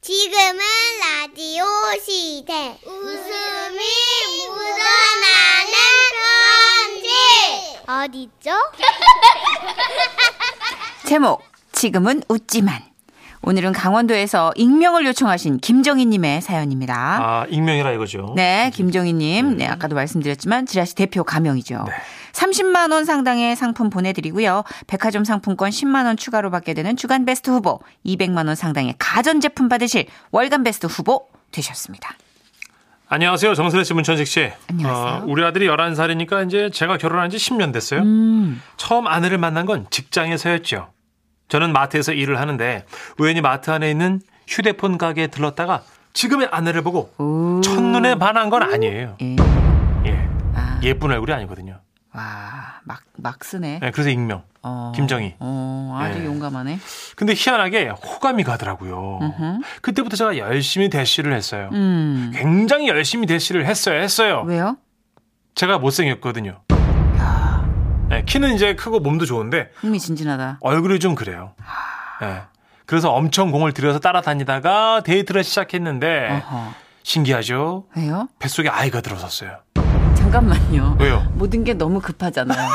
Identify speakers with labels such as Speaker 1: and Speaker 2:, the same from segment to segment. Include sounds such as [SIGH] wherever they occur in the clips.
Speaker 1: 지금은 라디오 시대. 웃음이 묻어나는 편지. 어디죠?
Speaker 2: 제목 지금은 웃지만 오늘은 강원도에서 익명을 요청하신 김정희님의 사연입니다.
Speaker 3: 아, 익명이라 이거죠.
Speaker 2: 네, 김정희님. 네, 아까도 말씀드렸지만 지라시 대표 가명이죠. 30만 원 상당의 상품 보내드리고요. 백화점 상품권 10만 원 추가로 받게 되는 주간 베스트 후보, 200만 원 상당의 가전 제품 받으실 월간 베스트 후보 되셨습니다.
Speaker 3: 안녕하세요. 정선혜 씨, 문천식 씨.
Speaker 2: 안녕하세요.
Speaker 3: 어, 우리 아들이 11살이니까 이제 제가 결혼한 지 10년 됐어요. 처음 아내를 만난 건 직장에서였죠. 저는 마트에서 일을 하는데 우연히 마트 안에 있는 휴대폰 가게에 들렀다가 지금의 아내를 보고
Speaker 2: 오.
Speaker 3: 첫눈에 반한 건 아니에요.
Speaker 2: 예.
Speaker 3: 예.
Speaker 2: 아,
Speaker 3: 예쁜 얼굴이 아니거든요.
Speaker 2: 와, 막, 막 쓰네.
Speaker 3: 예, 그래서 익명.
Speaker 2: 어.
Speaker 3: 김정희.
Speaker 2: 어, 아주
Speaker 3: 예.
Speaker 2: 용감하네.
Speaker 3: 근데 희한하게 호감이 가더라고요. 그때부터 제가 열심히 대시를 했어요.
Speaker 2: 음.
Speaker 3: 굉장히 열심히 대시를 했어요. 했어요.
Speaker 2: 왜요?
Speaker 3: 제가 못생겼거든요. 네, 키는 이제 크고 몸도 좋은데
Speaker 2: 흥미진진하다.
Speaker 3: 얼굴이 좀 그래요.
Speaker 2: 아.
Speaker 3: 네, 그래서 엄청 공을 들여서 따라다니다가 데이트를 시작했는데
Speaker 2: 어허.
Speaker 3: 신기하죠?
Speaker 2: 왜요?
Speaker 3: 뱃속에 아이가 들어섰어요.
Speaker 2: 잠깐만요.
Speaker 3: 왜요?
Speaker 2: 모든 게 너무
Speaker 4: [LAUGHS]
Speaker 2: 급하잖아요.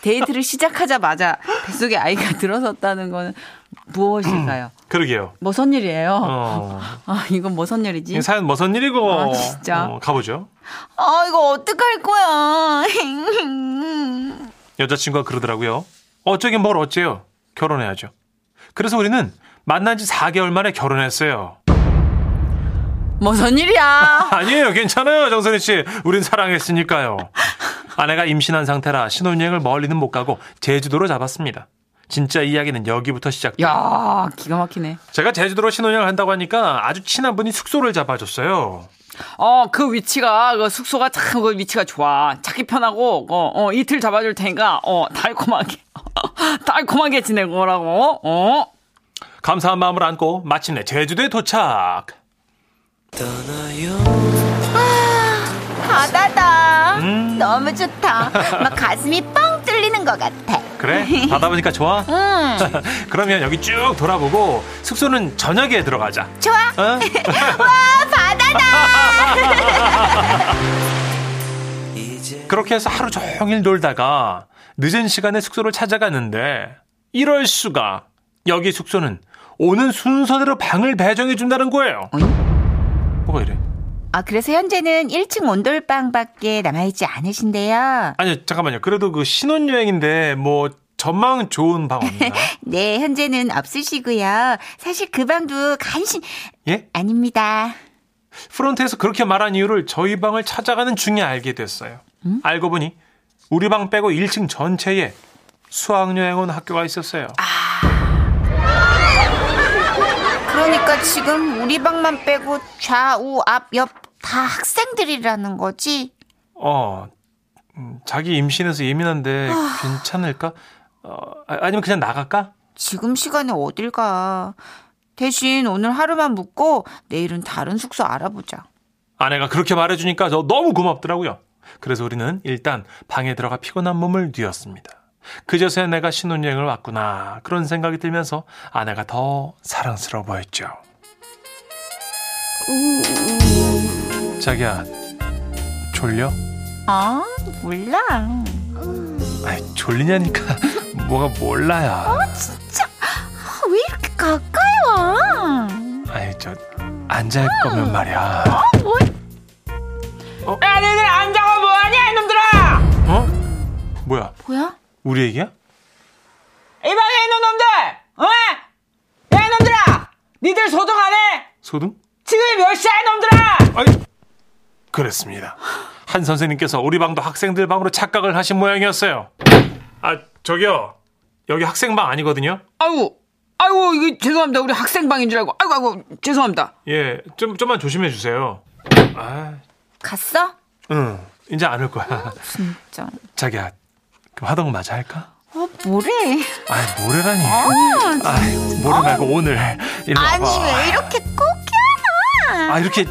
Speaker 2: 데이트를 시작하자마자 뱃속에 아이가 [LAUGHS] 들어섰다는 거는 무엇일까요?
Speaker 3: 그러게요.
Speaker 2: 뭐선 일이에요?
Speaker 3: 어,
Speaker 2: 아, 이건 뭐선
Speaker 3: 이
Speaker 2: [LAUGHS] 일이지?
Speaker 3: 사연 뭐선 일이고
Speaker 2: 아, 진짜.
Speaker 3: 어, 가보죠.
Speaker 2: 아, 이거 어떡할 거야. [LAUGHS]
Speaker 3: 여자친구가 그러더라고요. 어쩌긴 뭘 어째요? 결혼해야죠. 그래서 우리는 만난 지 4개월 만에 결혼했어요.
Speaker 2: 뭐선 일이야.
Speaker 3: 아니에요. 괜찮아요. 정선희 씨. 우린 사랑했으니까요. 아내가 임신한 상태라 신혼여행을 멀리는 못 가고 제주도로 잡았습니다. 진짜 이야기는 여기부터 시작.
Speaker 2: 야, 기가 막히네.
Speaker 3: 제가 제주도로 신혼여행을 한다고 하니까 아주 친한 분이 숙소를 잡아줬어요.
Speaker 4: 어, 그 위치가, 그 숙소가 참, 그 위치가 좋아. 찾기 편하고, 어, 어, 이틀 잡아줄 테니까, 어, 달콤하게, [LAUGHS] 달콤하게 지내고 오라고, 어?
Speaker 3: 감사한 마음을 안고 마침내 제주도에 도착.
Speaker 1: 바다다. 너무 좋다. 막 가슴이 뻥 뚫리는 것 같아. [LAUGHS]
Speaker 3: 그래? 가다 보니까 좋아?
Speaker 1: 응,
Speaker 3: 그러면 여기 쭉 돌아보고 숙소는 저녁에 들어가자.
Speaker 1: 좋아.
Speaker 3: 어?
Speaker 1: [LAUGHS] 와, 바다다.
Speaker 3: [LAUGHS] 그렇게 해서 하루 종일 놀다가 늦은 시간에 숙소를 찾아갔는데 이럴 수가 여기 숙소는 오는 순서대로 방을 배정해 준다는 거예요. 뭐가 이래?
Speaker 2: 아, 그래서 현재는 1층 온돌방밖에 남아있지 않으신데요.
Speaker 3: 아니 잠깐만요. 그래도 그 신혼여행인데 뭐 전망 좋은 방 없나?
Speaker 1: [LAUGHS]
Speaker 2: 네, 현재는 없으시고요. 사실 그 방도 간신
Speaker 3: 예?
Speaker 2: 아닙니다.
Speaker 3: 프론트에서 그렇게 말한 이유를 저희 방을 찾아가는 중에 알게 됐어요. 알고 보니 우리 방 빼고 1층 전체에 수학여행 온 학교가 있었어요.
Speaker 2: 그러니까 지금 우리 방만 빼고 좌우 앞 옆 다 학생들이라는 거지.
Speaker 3: 어, 음, 자기 임신해서 예민한데 괜찮을까? 어, 아- 아니면 그냥 나갈까?
Speaker 2: 지금 시간에 어딜 가. 대신 오늘 하루만 묵고 내일은 다른 숙소 알아보자.
Speaker 3: 아내가 그렇게 말해주니까 저 너무 고맙더라고요. 그래서 우리는 일단 방에 들어가 피곤한 몸을 뉘었습니다. 그제서야 내가 신혼여행을 왔구나 그런 생각이 들면서 아내가 더 사랑스러워 보였죠. 자기야 졸려?
Speaker 2: 아, 몰라.
Speaker 3: 아이, 졸리냐니까 [LAUGHS] 뭐가 몰라야.
Speaker 2: 아, 왜 이렇게 가까이 와?
Speaker 3: 아이 저 앉아 할 거면 말이야.
Speaker 4: 야, 너희들 안 자고 뭐하냐, 이놈들아!
Speaker 3: 어? 뭐야?
Speaker 2: 뭐야?
Speaker 3: 우리 얘기야?
Speaker 4: 이 방에 있는 놈들! 어? 야, 이놈들아! 니들 소독 안 해!
Speaker 3: 소등?
Speaker 4: 지금이 몇 시야, 이놈들아!
Speaker 3: 아이 그랬습니다. 한 선생님께서 우리 방도 학생들 방으로 착각을 하신 모양이었어요. 아 저기요 여기 학생 방 아니거든요.
Speaker 4: 아이고, 아이고, 이게 죄송합니다. 우리 학생방인 줄 알고. 아이고, 아이고, 죄송합니다.
Speaker 3: 예, 좀 좀만 조심해 주세요. 아,
Speaker 2: 갔어? 아,
Speaker 3: 응, 이제 안 올 거야.
Speaker 2: 진짜.
Speaker 3: 자기야, 그럼 하던 거 마저 할까?
Speaker 2: 어, 뭐래? 어,
Speaker 3: 아이 모레라니. 아이 모레 말고 오늘. 일로 와봐.
Speaker 2: 이렇게 꼭 해?
Speaker 3: 아 이렇게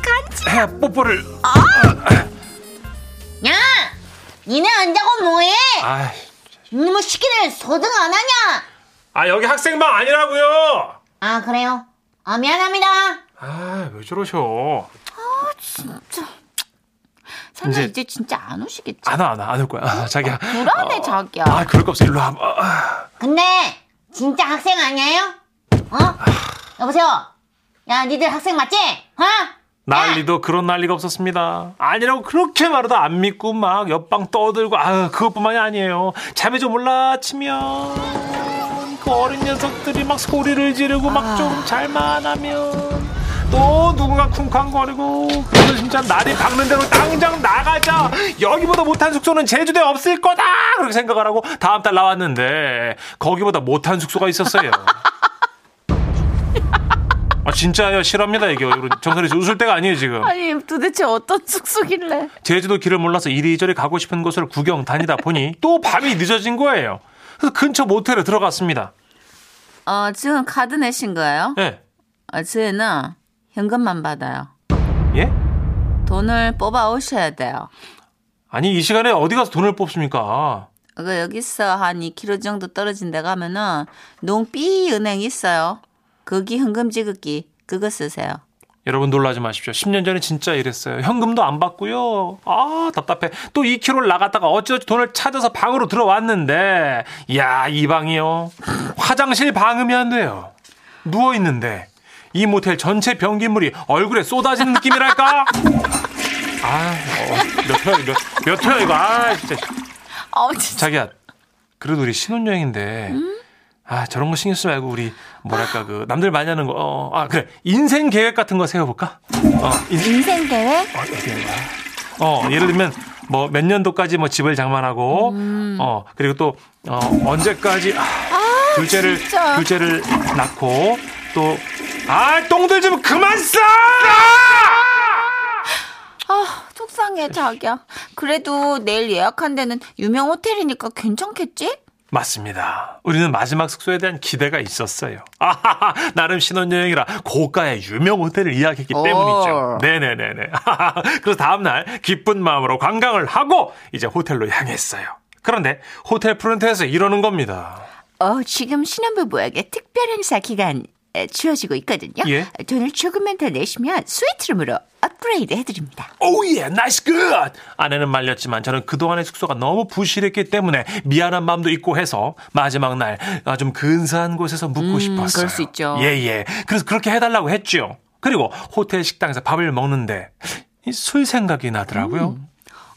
Speaker 3: 해 뽀뽀를.
Speaker 2: 어.
Speaker 1: 야, 니네 앉아고 뭐해?
Speaker 3: 아,
Speaker 1: 니뭐 시키는 소등 안 하냐?
Speaker 3: 아 여기 학생 방 아니라고요.
Speaker 1: 아, 그래요? 아, 미안합니다.
Speaker 3: 아, 왜 저러셔?
Speaker 2: 진짜. 설마
Speaker 3: 이제-
Speaker 2: 이제, 진짜 안 오시겠지?
Speaker 3: 안 와, 안 와, 안 올 거야. 아, 자기야.
Speaker 2: 불안해 자기야.
Speaker 3: 아, 그럴 거 없어. 일로 와봐.
Speaker 1: 근데 진짜 학생 아니에요? 어? 여보세요. 야, 니들 학생 맞지? 어?
Speaker 3: 난리도 그런 난리가 없었습니다. 아니라고 그렇게 말하다 안 믿고 막 옆방 떠들고 아 그것뿐만이 아니에요. 잠에 좀 올라치면 그 어린 녀석들이 막 소리를 지르고 막 좀 잘만 하면 또 누군가 쿵쾅거리고 그래서 진짜 날이 박는 대로 당장 나가자 여기보다 못한 숙소는 제주도에 없을 거다 그렇게 생각을 하고 다음 달 나왔는데 거기보다 못한 숙소가 있었어요. 아 진짜요 실합니다 이게 정선이 씨 웃을 때가 아니에요 지금.
Speaker 4: 아니 도대체 어떤 숙소길래?
Speaker 3: 제주도 길을 몰라서 이리저리 가고 싶은 곳을 구경 다니다 보니 또 밤이 늦어진 거예요. 그래서 근처 모텔에 들어갔습니다.
Speaker 2: 어 지금 카드 내신 거예요?
Speaker 3: 예?
Speaker 2: 어, 저희는 현금만 받아요.
Speaker 3: 예?
Speaker 2: 돈을 뽑아 오셔야 돼요.
Speaker 3: 아니 이 시간에 어디 가서 돈을 뽑습니까?
Speaker 2: 그 여기서 한 2km 정도 떨어진 데 가면은 농삐 은행 있어요. 거기 현금 지급기 그거 쓰세요.
Speaker 3: 여러분 놀라지 마십시오. 10년 전에 진짜 이랬어요. 현금도 안 받고요. 아 답답해. 또 2km를 나갔다가 어찌어찌 돈을 찾아서 방으로 들어왔는데 이야 이 방이요. 화장실 방음이 안 돼요. 누워있는데 이 모텔 전체 변기물이 얼굴에 쏟아지는 느낌이랄까? 아, 어, 몇 회야, 몇, 몇 회야, 이거. 아, 진짜.
Speaker 4: 아 진짜
Speaker 3: 자기야, 그래도 우리 신혼여행인데, 아, 저런 거 신경 쓰지 말고, 우리, 뭐랄까, 그, 남들 많이 하는 거, 어, 아, 그래. 인생 계획 같은 거 세워볼까? 어, 인생,
Speaker 1: 인생 계획?
Speaker 3: 어, 예를 들면, 뭐, 몇 년도까지 뭐 집을 장만하고, 어, 그리고 또, 어, 언제까지, 아, 둘째를, 둘째를 낳고, 또, 아, 똥들 좀 그만 싸!
Speaker 2: 아 속상해 자기야. 그래도 내일 예약한 데는 유명 호텔이니까 괜찮겠지?
Speaker 3: 맞습니다. 우리는 마지막 숙소에 대한 기대가 있었어요. 아하하, 나름 신혼여행이라 고가의 유명 호텔을 예약했기
Speaker 2: 오.
Speaker 3: 때문이죠. 네네네네. 아하하, 그래서 다음날 기쁜 마음으로 관광을 하고 이제 호텔로 향했어요. 그런데 호텔 프론트에서 이러는 겁니다.
Speaker 2: 어 지금 신혼부부에게 특별 행사 기간 에, 주어지고 있거든요.
Speaker 3: 예.
Speaker 2: 돈을 조금만 더 내시면 스위트룸으로 업그레이드 해드립니다.
Speaker 3: 오예 나이스 굿 아내는 말렸지만 저는 그동안의 숙소가 너무 부실했기 때문에 미안한 마음도 있고 해서 마지막 날 좀 근사한 곳에서 묵고 싶었어요
Speaker 2: 음, 그럴 수 있죠.
Speaker 3: 예예 그래서 그렇게 해달라고 했죠 그리고 호텔 식당에서 밥을 먹는데 이술 생각이 나더라고요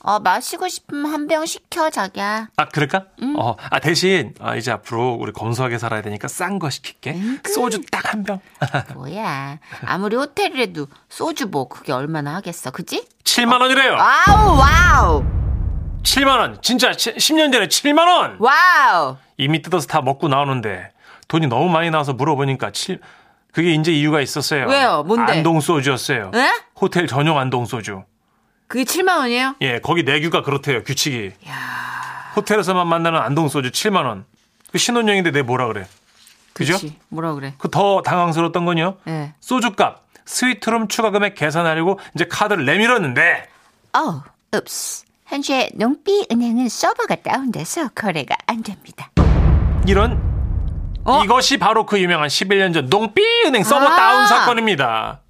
Speaker 2: 어 마시고 싶으면 한 병 시켜 자기야.
Speaker 3: 아 그럴까?
Speaker 2: 음.
Speaker 3: 어, 아 대신 아, 이제 앞으로 우리 검소하게 살아야 되니까 싼 거 시킬게
Speaker 2: 음,
Speaker 3: 소주 딱 한병
Speaker 2: 뭐야 아무리 호텔이라도 소주 뭐 그게 얼마나 하겠어 그지?
Speaker 3: 7만 원이래요
Speaker 2: 와우 와우
Speaker 3: 7만 원 진짜 10년 전에 7만 원
Speaker 2: 와우
Speaker 3: 이미 뜯어서 다 먹고 나오는데 돈이 너무 많이 나와서 물어보니까 칠 그게 이제 이유가 있었어요.
Speaker 2: 왜요? 뭔데? 예?
Speaker 3: 안동 소주였어요.
Speaker 2: 에?
Speaker 3: 호텔 전용 안동 소주.
Speaker 2: 그게 7만 원이에요?
Speaker 3: 예, 거기 내규가 그렇대요. 규칙이. 호텔에서만 만나는 안동 소주 7만 원. 그 신혼여행인데 내 뭐라 그래? 그죠?
Speaker 2: 그치, 뭐라 그래
Speaker 3: 그 더 당황스러웠던 건요.
Speaker 2: 예.
Speaker 3: 소주값 스위트룸 추가 금액 계산하려고 이제 카드를 내밀었는데
Speaker 2: 어 읍스 현재 농비 은행은 서버가 다운돼서 거래가 안 됩니다
Speaker 3: 이런 이것이 바로 그 유명한 11년 전 농비은행 서버
Speaker 2: 아.
Speaker 3: 다운 사건입니다.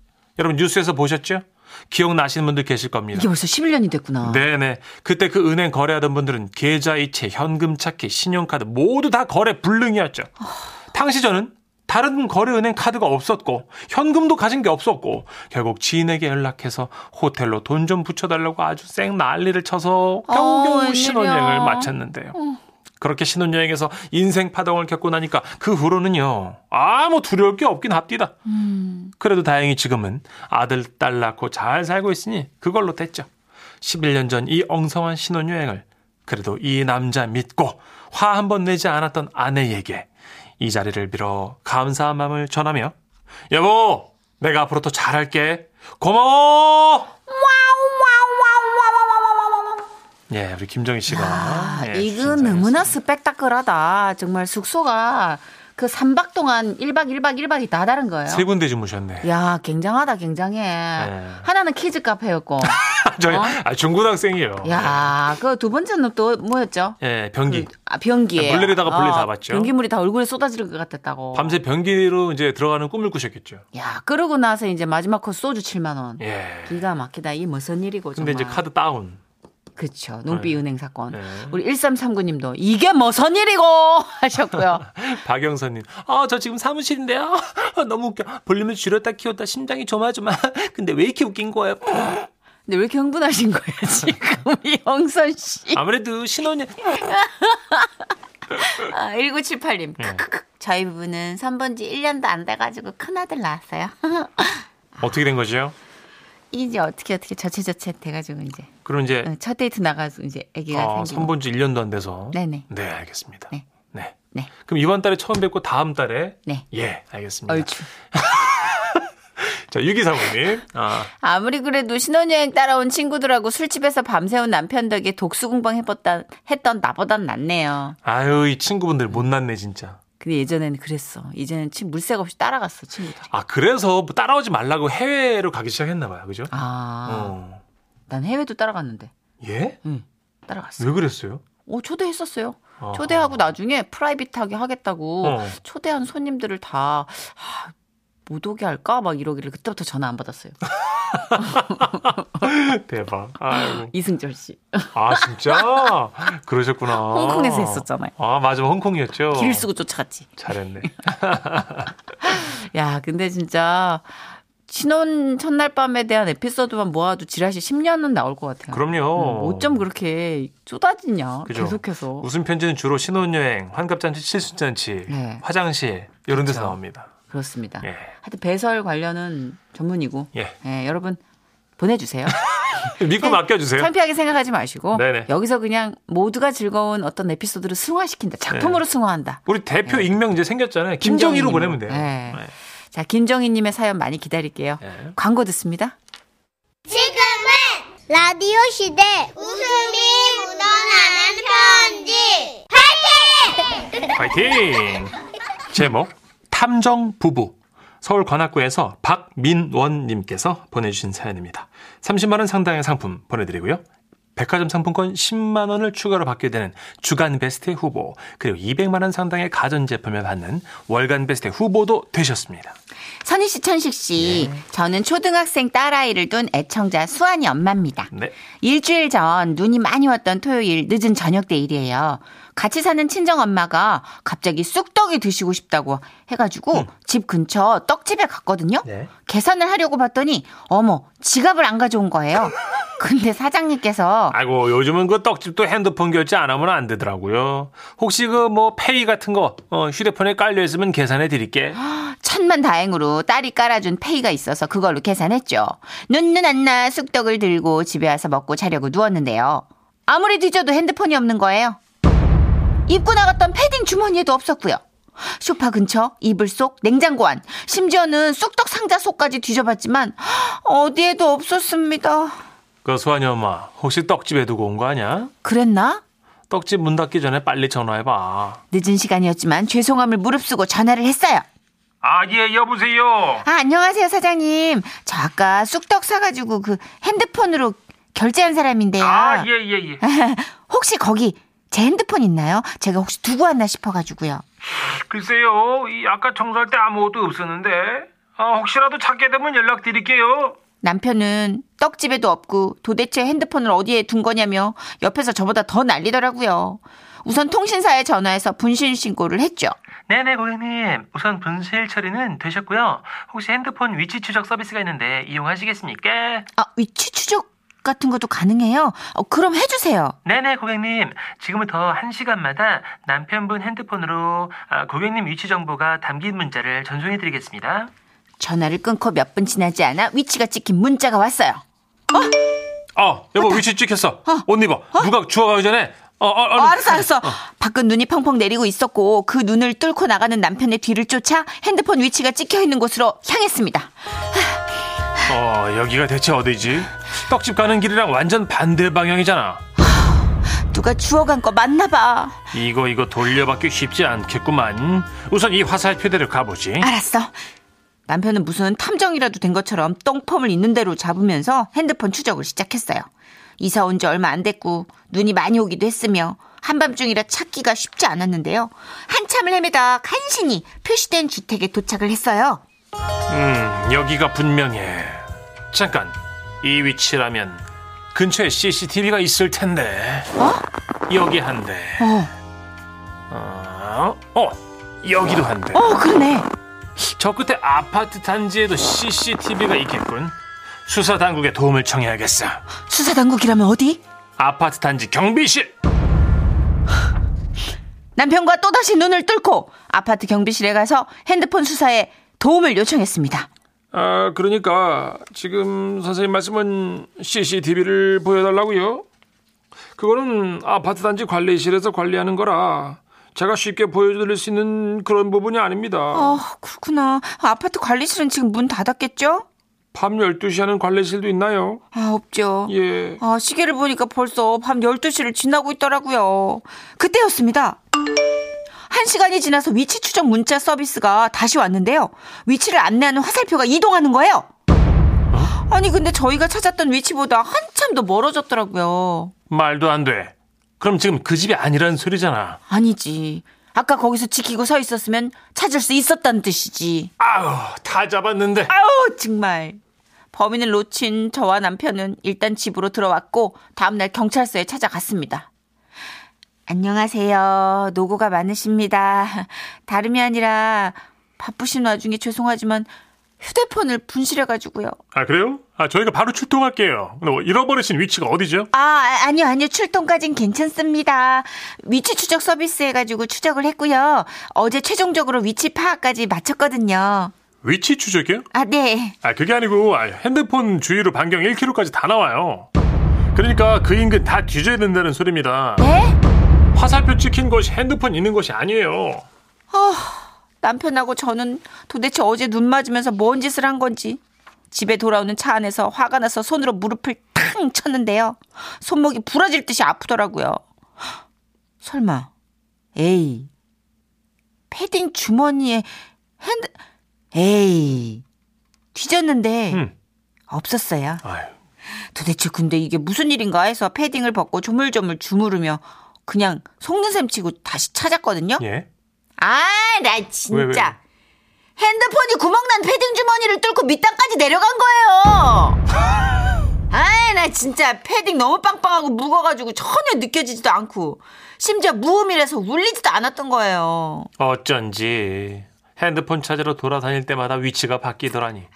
Speaker 3: 여러분 뉴스에서 보셨죠? 기억나시는 분들 계실 겁니다.
Speaker 2: 이게 벌써 11년이 됐구나
Speaker 3: 네네. 그때 그 은행 거래하던 분들은 계좌이체, 현금 찾기, 신용카드 모두 다 거래 불능이었죠. 당시 저는 다른 거래은행 카드가 없었고 현금도 가진 게 없었고 결국 지인에게 연락해서 호텔로 돈 좀 붙여달라고 아주 쌩 난리를 쳐서
Speaker 2: 어,
Speaker 3: 겨우겨우
Speaker 2: 웬일이야. 어.
Speaker 3: 신혼여행을 마쳤는데요. 그렇게 신혼여행에서 인생 파동을 겪고 나니까 그 후로는요. 아무 두려울 게 없긴 합디다. 그래도 다행히 지금은 아들, 딸 낳고 잘 살고 있으니 그걸로 됐죠. 11년 전 이 엉성한 신혼여행을 그래도 이 남자 믿고 화 한 번 내지 않았던 아내에게 이 자리를 빌어 감사한 마음을 전하며 여보 내가 앞으로 더 잘할게 고마워 예 우리 김정희 씨가
Speaker 2: 아,
Speaker 3: 예,
Speaker 2: 이거
Speaker 3: 진짜
Speaker 2: 너무나 스펙타클하다 정말 숙소가 그 3박 동안 1박 1박 1박이 다 다른 거예요.
Speaker 3: 세 군데 주무셨네.
Speaker 2: 야, 굉장하다, 굉장해. 하나는 키즈 카페였고. 어?
Speaker 3: 저희 [LAUGHS] 아, 중고등학생이에요. 네.
Speaker 2: 야, 그 두 번째는 또 뭐였죠?
Speaker 3: 예, 변기. 네,
Speaker 2: 아, 변기에.
Speaker 3: 물 내리다가 벌레 다 봤죠. 어.
Speaker 2: 변기물이 다 얼굴에 쏟아지는 것 같았다고.
Speaker 3: 밤새 변기로 이제 들어가는 꿈을 꾸셨겠죠.
Speaker 2: 야, 그러고 나서 이제 마지막 코스 소주 7만 원.
Speaker 3: 예.
Speaker 2: 기가 막히다. 이 무슨 일이고
Speaker 3: 근데
Speaker 2: 정말.
Speaker 3: 이제 카드 다운.
Speaker 2: 그렇죠. 눈비
Speaker 3: 네.
Speaker 2: 은행 사건.
Speaker 3: 네.
Speaker 2: 우리 1339님도 이게 무슨 일이고 [LAUGHS] 하셨고요.
Speaker 3: [LAUGHS] 박영선님, 아, 저 지금 사무실인데요. [LAUGHS] 아, 너무 웃겨. 볼륨을 줄였다 키웠다 심장이 조마조마. [LAUGHS] 근데 왜 이렇게 웃긴
Speaker 2: [LAUGHS]
Speaker 3: 거예요?
Speaker 2: 근데 왜 이렇게 흥분하신 거예요 [LAUGHS] 지금 이 영선 씨?
Speaker 3: 아무래도 신혼이
Speaker 2: 아, 1978님.
Speaker 3: 네.
Speaker 2: 크크크. 저희 부부는 선본지 1년도 안 돼가지고 큰아들 낳았어요. [LAUGHS]
Speaker 3: 어떻게 된 거죠?
Speaker 2: 이제 어떻게 어떻게 저체저체 돼가지고 이제
Speaker 3: 그럼 이제
Speaker 2: 응, 첫 데이트 나가서 이제 아기가
Speaker 3: 어,
Speaker 2: 생기고.
Speaker 3: 선본 지 1년도 안 돼서.
Speaker 2: 네네.
Speaker 3: 네, 알겠습니다.
Speaker 2: 네.
Speaker 3: 네.
Speaker 2: 네.
Speaker 3: 그럼 이번 달에 처음 뵙고 다음 달에
Speaker 2: 네.
Speaker 3: 예, 알겠습니다.
Speaker 2: 얼추.
Speaker 3: [LAUGHS] 자, 유기사모님. 아,
Speaker 2: 아무리 그래도 신혼여행 따라온 친구들하고 술집에서 밤새운 남편 덕에 독수공방 해봤다, 했던 나보단 낫네요.
Speaker 3: 아유, 이 친구분들 못났네, 진짜.
Speaker 2: 근데 예전에는 그랬어. 이제는 친 물색 없이 따라갔어, 친구들이.
Speaker 3: 아, 그래서 뭐 따라오지 말라고 해외로 가기 시작했나 봐요. 그죠?
Speaker 2: 아,
Speaker 3: 어.
Speaker 2: 난 해외도 따라갔는데.
Speaker 3: 예?
Speaker 2: 응, 따라갔어.
Speaker 3: 왜 그랬어요?
Speaker 2: 오, 초대했었어요.
Speaker 3: 어.
Speaker 2: 초대하고 나중에 프라이빗하게 하겠다고
Speaker 3: 어. [LAUGHS]
Speaker 2: 초대한 손님들을 다, 아, 못 오게 할까? 막 이러길래 그때부터 전화 안
Speaker 3: [LAUGHS]
Speaker 2: 받았어요.
Speaker 3: 대박. 아이고.
Speaker 2: 이승철 씨.
Speaker 3: 아, 진짜? 그러셨구나.
Speaker 2: 홍콩에서 했었잖아요.
Speaker 3: 아, 맞아. 홍콩이었죠.
Speaker 2: 길 쓰고 쫓아갔지.
Speaker 3: 잘했네.
Speaker 2: 야, 근데 진짜 신혼 첫날 밤에 대한 에피소드만 모아도 지라시 10년은 나올 것 같아요.
Speaker 3: 그럼요.
Speaker 2: 음, 어쩜 그렇게 쏟아지냐?
Speaker 3: 그죠.
Speaker 2: 계속해서.
Speaker 3: 웃음 편지는 주로 신혼여행, 환갑잔치, 칠순잔치,
Speaker 2: 네. 그렇죠. 아.
Speaker 3: 화장실 이런 데서 나옵니다.
Speaker 2: 그렇습니다.
Speaker 3: 예.
Speaker 2: 하여튼 배설 관련은 전문이고.
Speaker 3: 예. [LAUGHS]
Speaker 2: 예, 여러분 보내주세요. 네.
Speaker 3: 믿고 맡겨주세요.
Speaker 2: 창피하게 생각하지 마시고
Speaker 3: [LAUGHS] 네네.
Speaker 2: 여기서 그냥 모두가 즐거운 어떤 에피소드를 승화시킨다. 작품으로 승화한다.
Speaker 3: 우리 대표 익명 이제 생겼잖아요. 김정희로
Speaker 2: 네. 김정희님으로.
Speaker 3: 보내면 돼요.
Speaker 2: 네.
Speaker 3: 네. 네.
Speaker 2: 자, 김정희님의 사연 많이 기다릴게요.
Speaker 3: 네.
Speaker 2: 광고 듣습니다.
Speaker 5: 지금은 라디오 시대 웃음이 묻어나는 편지
Speaker 3: 파이팅! 제목 탐정 부부 서울 관악구에서 박민원님께서 보내주신 사연입니다. 30만 원 상당의 상품 보내드리고요. 백화점 상품권 10만 원을 추가로 받게 되는 주간 베스트 후보 그리고 200만 원 상당의 가전제품을 받는 월간 베스트 후보도 되셨습니다.
Speaker 2: 선희 씨, 천식 씨.
Speaker 3: 예.
Speaker 2: 저는 초등학생 딸아이를 둔 애청자 수환이 엄마입니다.
Speaker 3: 네.
Speaker 2: 일주일 전 눈이 많이 왔던 토요일 늦은 저녁 때 일이에요. 같이 사는 친정 엄마가 갑자기 쑥떡이 드시고 싶다고 해가지고 집 근처 떡집에 갔거든요.
Speaker 3: 네.
Speaker 2: 계산을 하려고 봤더니 어머 지갑을 안 가져온 거예요. 근데 사장님께서
Speaker 3: 아이고 요즘은 그 떡집도 핸드폰 결제 안 하면 안 되더라고요. 혹시 그 뭐 페이 같은 거 어, 휴대폰에 깔려 있으면 계산해 드릴게.
Speaker 2: 천만 다행으로 딸이 깔아준 페이가 있어서 그걸로 계산했죠. 눈눈 안나 쑥떡을 들고 집에 와서 먹고 자려고 누웠는데요. 아무리 뒤져도 핸드폰이 없는 거예요. 입고 나갔던 패딩 주머니에도 없었고요. 소파 근처, 이불 속, 냉장고 안, 심지어는 쑥떡 상자 속까지 뒤져봤지만 어디에도 없었습니다.
Speaker 3: 그 수환이 엄마 혹시 떡집에 두고 온 거 아니야?
Speaker 2: 그랬나?
Speaker 3: 떡집 문 닫기 전에 빨리 전화해봐.
Speaker 2: 늦은 시간이었지만 죄송함을 무릅쓰고 전화를 했어요.
Speaker 3: 아예 여보세요.
Speaker 2: 아, 안녕하세요, 사장님. 저 아까 쑥떡 사가지고 그 핸드폰으로 결제한 사람인데요.
Speaker 3: 예, 예, 예.
Speaker 2: [LAUGHS] 혹시 거기 제 핸드폰 있나요? 제가 혹시 두고 왔나 싶어가지고요.
Speaker 3: 글쎄요, 이 아까 청소할 때 아무것도 없었는데 아, 혹시라도 찾게 되면 연락드릴게요.
Speaker 2: 남편은 떡집에도 없고 도대체 핸드폰을 어디에 둔 거냐며 옆에서 저보다 더 난리더라고요. 우선 통신사에 전화해서 분실 신고를 했죠.
Speaker 6: 네네 고객님 우선 분실 처리는 되셨고요 혹시 핸드폰 위치 추적 서비스가 있는데 이용하시겠습니까?
Speaker 2: 아, 위치 추적 같은 것도 가능해요? 어, 그럼 해주세요.
Speaker 6: 네네 고객님 지금부터 1시간마다 남편분 핸드폰으로 아, 고객님 위치 정보가 담긴 문자를 전송해드리겠습니다
Speaker 2: 전화를 끊고 몇 분 지나지 않아 위치가 찍힌 문자가 왔어요.
Speaker 3: 아, 여보 위치 찍혔어. 옷 입어. 누가 주워가기 전에. 어, 어, 얼른.
Speaker 2: 어, 알았어, 알았어. 밖은 눈이 펑펑 내리고 있었고 그 눈을 뚫고 나가는 남편의 뒤를 쫓아 핸드폰 위치가 찍혀 있는 곳으로 향했습니다.
Speaker 3: 어, 여기가 대체 어디지? 떡집 가는 길이랑 완전 반대 방향이잖아.
Speaker 2: 누가 주워간 거 맞나 봐.
Speaker 3: 이거 이거 돌려받기 쉽지 않겠구만. 우선 이 화살 표대를 가보지.
Speaker 2: 알았어. 남편은 무슨 탐정이라도 된 것처럼 똥펌을 있는 대로 잡으면서 핸드폰 추적을 시작했어요. 이사 온 지 얼마 안 됐고 눈이 많이 오기도 했으며 한밤중이라 찾기가 쉽지 않았는데요. 한참을 헤매다 간신히 표시된 주택에 도착을 했어요.
Speaker 3: 음, 여기가 분명해. 잠깐, 이 위치라면 근처에 CCTV가 있을 텐데. 어? 여기 한 대. 어? 어, 여기도 한 대.
Speaker 2: 어, 그러네.
Speaker 3: 저 끝에 아파트 단지에도 CCTV가 있겠군. 수사 당국에 도움을 청해야겠어.
Speaker 2: 수사 당국이라면 어디?
Speaker 3: 아파트 단지 경비실.
Speaker 2: 남편과 또다시 눈을 뚫고 아파트 경비실에 가서 핸드폰 수사에 도움을 요청했습니다.
Speaker 3: 아, 그러니까 지금 선생님 말씀은 CCTV를 보여달라고요? 그거는 아파트 단지 관리실에서 관리하는 거라 제가 쉽게 보여드릴 수 있는 그런 부분이 아닙니다.
Speaker 2: 아, 그렇구나. 아파트 관리실은 지금 문 닫았겠죠?
Speaker 3: 밤 12시 하는 관리실도 있나요?
Speaker 2: 아, 없죠.
Speaker 3: 예.
Speaker 2: 아, 시계를 보니까 벌써 밤 12시를 지나고 있더라고요. 그때였습니다. 한 시간이 지나서 위치 추적 문자 서비스가 다시 왔는데요. 위치를 안내하는 화살표가 이동하는 거예요. 아니, 근데 저희가 찾았던 위치보다 한참 더 멀어졌더라고요.
Speaker 3: 말도 안 돼. 그럼 지금 그 집이 아니라는 소리잖아.
Speaker 2: 아니지. 아까 거기서 지키고 서 있었으면 찾을 수 있었다는 뜻이지.
Speaker 3: 아우, 다 잡았는데.
Speaker 2: 아우 정말 범인을 놓친 저와 남편은 일단 집으로 들어왔고 다음날 경찰서에 찾아갔습니다. 안녕하세요. 노고가 많으십니다. 다름이 아니라 바쁘신 와중에 죄송하지만 휴대폰을 분실해가지고요.
Speaker 3: 아, 그래요? 아, 저희가 바로 출동할게요. 근데 뭐 잃어버리신 위치가 어디죠?
Speaker 2: 아 아, 아니요 아니요 출동까진 괜찮습니다. 위치 추적 서비스 해가지고 추적을 했고요. 어제 최종적으로 위치 파악까지 마쳤거든요.
Speaker 3: 위치 추적이요?
Speaker 2: 아 네.
Speaker 3: 아, 그게 아니고 아, 핸드폰 주위로 반경 1km까지 다 나와요. 그러니까 그 인근 다 뒤져야 된다는 소리입니다.
Speaker 2: 네?
Speaker 3: 화살표 찍힌 것이 핸드폰 있는 것이 아니에요.
Speaker 2: 남편하고 저는 도대체 어제 눈 맞으면서 뭔 짓을 한 건지 집에 돌아오는 차 안에서 화가 나서 손으로 무릎을 탕 쳤는데요. 손목이 부러질 듯이 아프더라고요. 설마 에이 패딩 주머니에 핸드 에이 뒤졌는데
Speaker 3: 음.
Speaker 2: 없었어요.
Speaker 3: 아유,
Speaker 2: 도대체 근데 이게 무슨 일인가 해서 패딩을 벗고 조물조물 주무르며 그냥 속는 셈 치고 다시 찾았거든요.
Speaker 3: 예?
Speaker 1: 아 나
Speaker 3: 왜, 왜?
Speaker 1: 진짜 핸드폰이 구멍난 패딩 주머니를 뚫고 밑단까지 내려간 거예요. 아 나 진짜 패딩 너무 빵빵하고 무거가지고 전혀 느껴지지도 않고 심지어 무음이라서 울리지도 않았던 거예요.
Speaker 3: 어쩐지 핸드폰 찾으러 돌아다닐 때마다 위치가 바뀌더라니.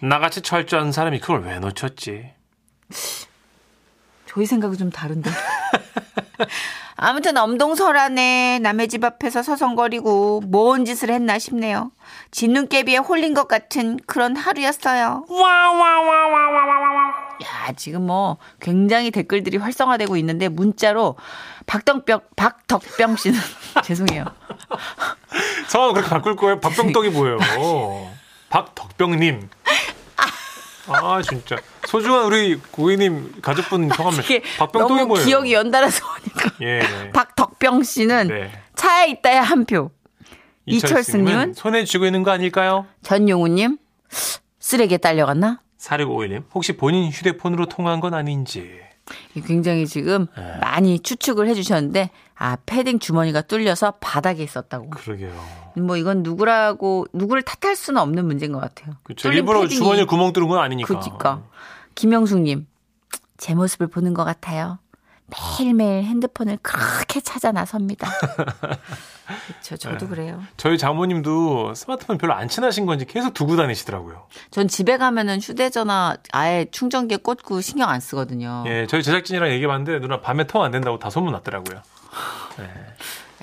Speaker 3: 나같이 철저한 사람이 그걸 왜 놓쳤지?
Speaker 2: 저희 생각은 좀
Speaker 1: [LAUGHS]
Speaker 2: 다른데. 아무튼 엄동설안에 남의 집 앞에서 서성거리고 뭔 짓을 했나 싶네요. 진눈깨비에 홀린 것 같은 그런 하루였어요. 야, 지금 뭐 굉장히 댓글들이 활성화되고 있는데 문자로 박덕병 박덕병 씨는 [LAUGHS] 죄송해요.
Speaker 3: 성함 그렇게
Speaker 2: [LAUGHS]
Speaker 3: 바꿀 거예요? 박병떡이 뭐예요? 박덕병님. 아 진짜 소중한 우리 고객님 가족분 성함
Speaker 2: 이게
Speaker 3: 박병떡이
Speaker 2: 아, 너무
Speaker 3: 뭐예요?
Speaker 2: 기억이 연달아서 오니까.
Speaker 3: 예.
Speaker 2: 박덕병 씨는
Speaker 3: 네.
Speaker 2: 차에 있다야 한 표. 이철승님은
Speaker 3: 손에 쥐고 있는 거 아닐까요?
Speaker 2: 전용우님 쓰레기에 딸려갔나?
Speaker 3: 4651님 혹시 본인 휴대폰으로 통화한 건 아닌지
Speaker 2: 굉장히 지금
Speaker 3: 네.
Speaker 2: 많이 추측을 해주셨는데 아 패딩 주머니가 뚫려서 바닥에 있었다고.
Speaker 3: 그러게요
Speaker 2: 뭐 이건 누구라고 누구를 탓할 수는 없는 문제인 것 같아요.
Speaker 3: 그쵸
Speaker 2: 뚫린
Speaker 3: 일부러
Speaker 2: 패딩이.
Speaker 3: 주머니에 구멍 뚫은 건 아니니까
Speaker 2: 그니까 김영숙님 제 모습을 보는 것 같아요. 매일매일 핸드폰을 그렇게 찾아
Speaker 3: [LAUGHS]
Speaker 2: 나섭니다. 그렇죠,
Speaker 3: 네.
Speaker 2: 저도 그래요.
Speaker 3: 저희 장모님도 스마트폰 별로 안 친하신 건지 계속 두고 다니시더라고요
Speaker 2: 전 집에 가면은 휴대전화 아예 충전기에 꽂고 신경 안 쓰거든요.
Speaker 3: 예 저희 제작진이랑 얘기해봤는데 누나 밤에 통화 안 된다고 다 소문났더라고요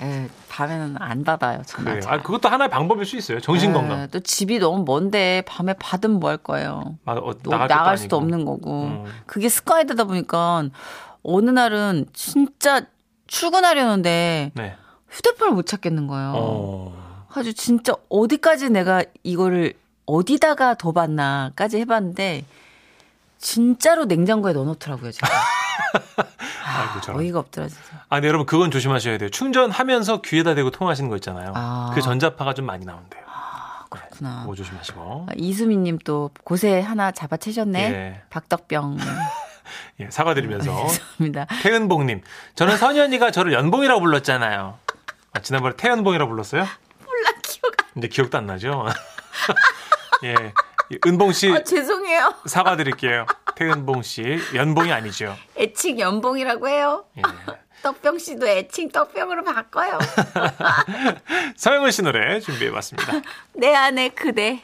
Speaker 2: 예, 밤에는 안 받아요. 전화.
Speaker 3: 그래요.
Speaker 2: 잘.
Speaker 3: 아, 그것도 하나의 방법일 수 있어요 정신건강
Speaker 2: 예, 또 집이 너무 먼데 밤에 받으면 뭐 할 거예요.
Speaker 3: 아, 어,
Speaker 2: 또
Speaker 3: 나갈
Speaker 2: 나갈,
Speaker 3: 것도
Speaker 2: 수도
Speaker 3: 아니고.
Speaker 2: 없는 거고.
Speaker 3: 음.
Speaker 2: 그게 습관이 되다 보니까 어느 날은 진짜 출근하려는데
Speaker 3: 네.
Speaker 2: 휴대폰을 못 찾겠는 거예요.
Speaker 3: 어.
Speaker 2: 아주 진짜 어디까지 내가 이거를 어디다가 더 봤나까지 해봤는데 진짜로 냉장고에 넣어놓더라고요 제가.
Speaker 3: 아, 아이고, 저런.
Speaker 4: 어이가 없더라 진짜.
Speaker 3: 아, 근데 여러분 그건 조심하셔야 돼요. 충전하면서 귀에다 대고 통화하시는 거 있잖아요.
Speaker 4: 아.
Speaker 3: 그 전자파가 좀 많이 나온대요.
Speaker 4: 그렇구나.
Speaker 3: 뭐 조심하시고.
Speaker 4: 아, 이수민님 또 고세 하나 잡아채셨네.
Speaker 3: 예.
Speaker 4: 박덕병.
Speaker 3: 예, 사과드리면서.
Speaker 4: 감사합니다.
Speaker 3: 태은봉님, 저는 선희 언니가 저를 연봉이라고 불렀잖아요. 아, 지난번에 태연봉이라고 불렀어요?
Speaker 2: 몰라 기억 안
Speaker 3: 근데 기억도 안 나죠? [LAUGHS] 예. 이 은봉 씨
Speaker 2: 나. 죄송해요.
Speaker 3: 사과드릴게요. 태은봉 씨 연봉이 아니죠.
Speaker 2: 애칭 연봉이라고 해요.
Speaker 3: 예.
Speaker 2: 떡병 씨도 애칭 떡병으로 바꿔요.
Speaker 3: 서영은 씨 노래 준비해봤습니다.
Speaker 2: 내 안에 그대.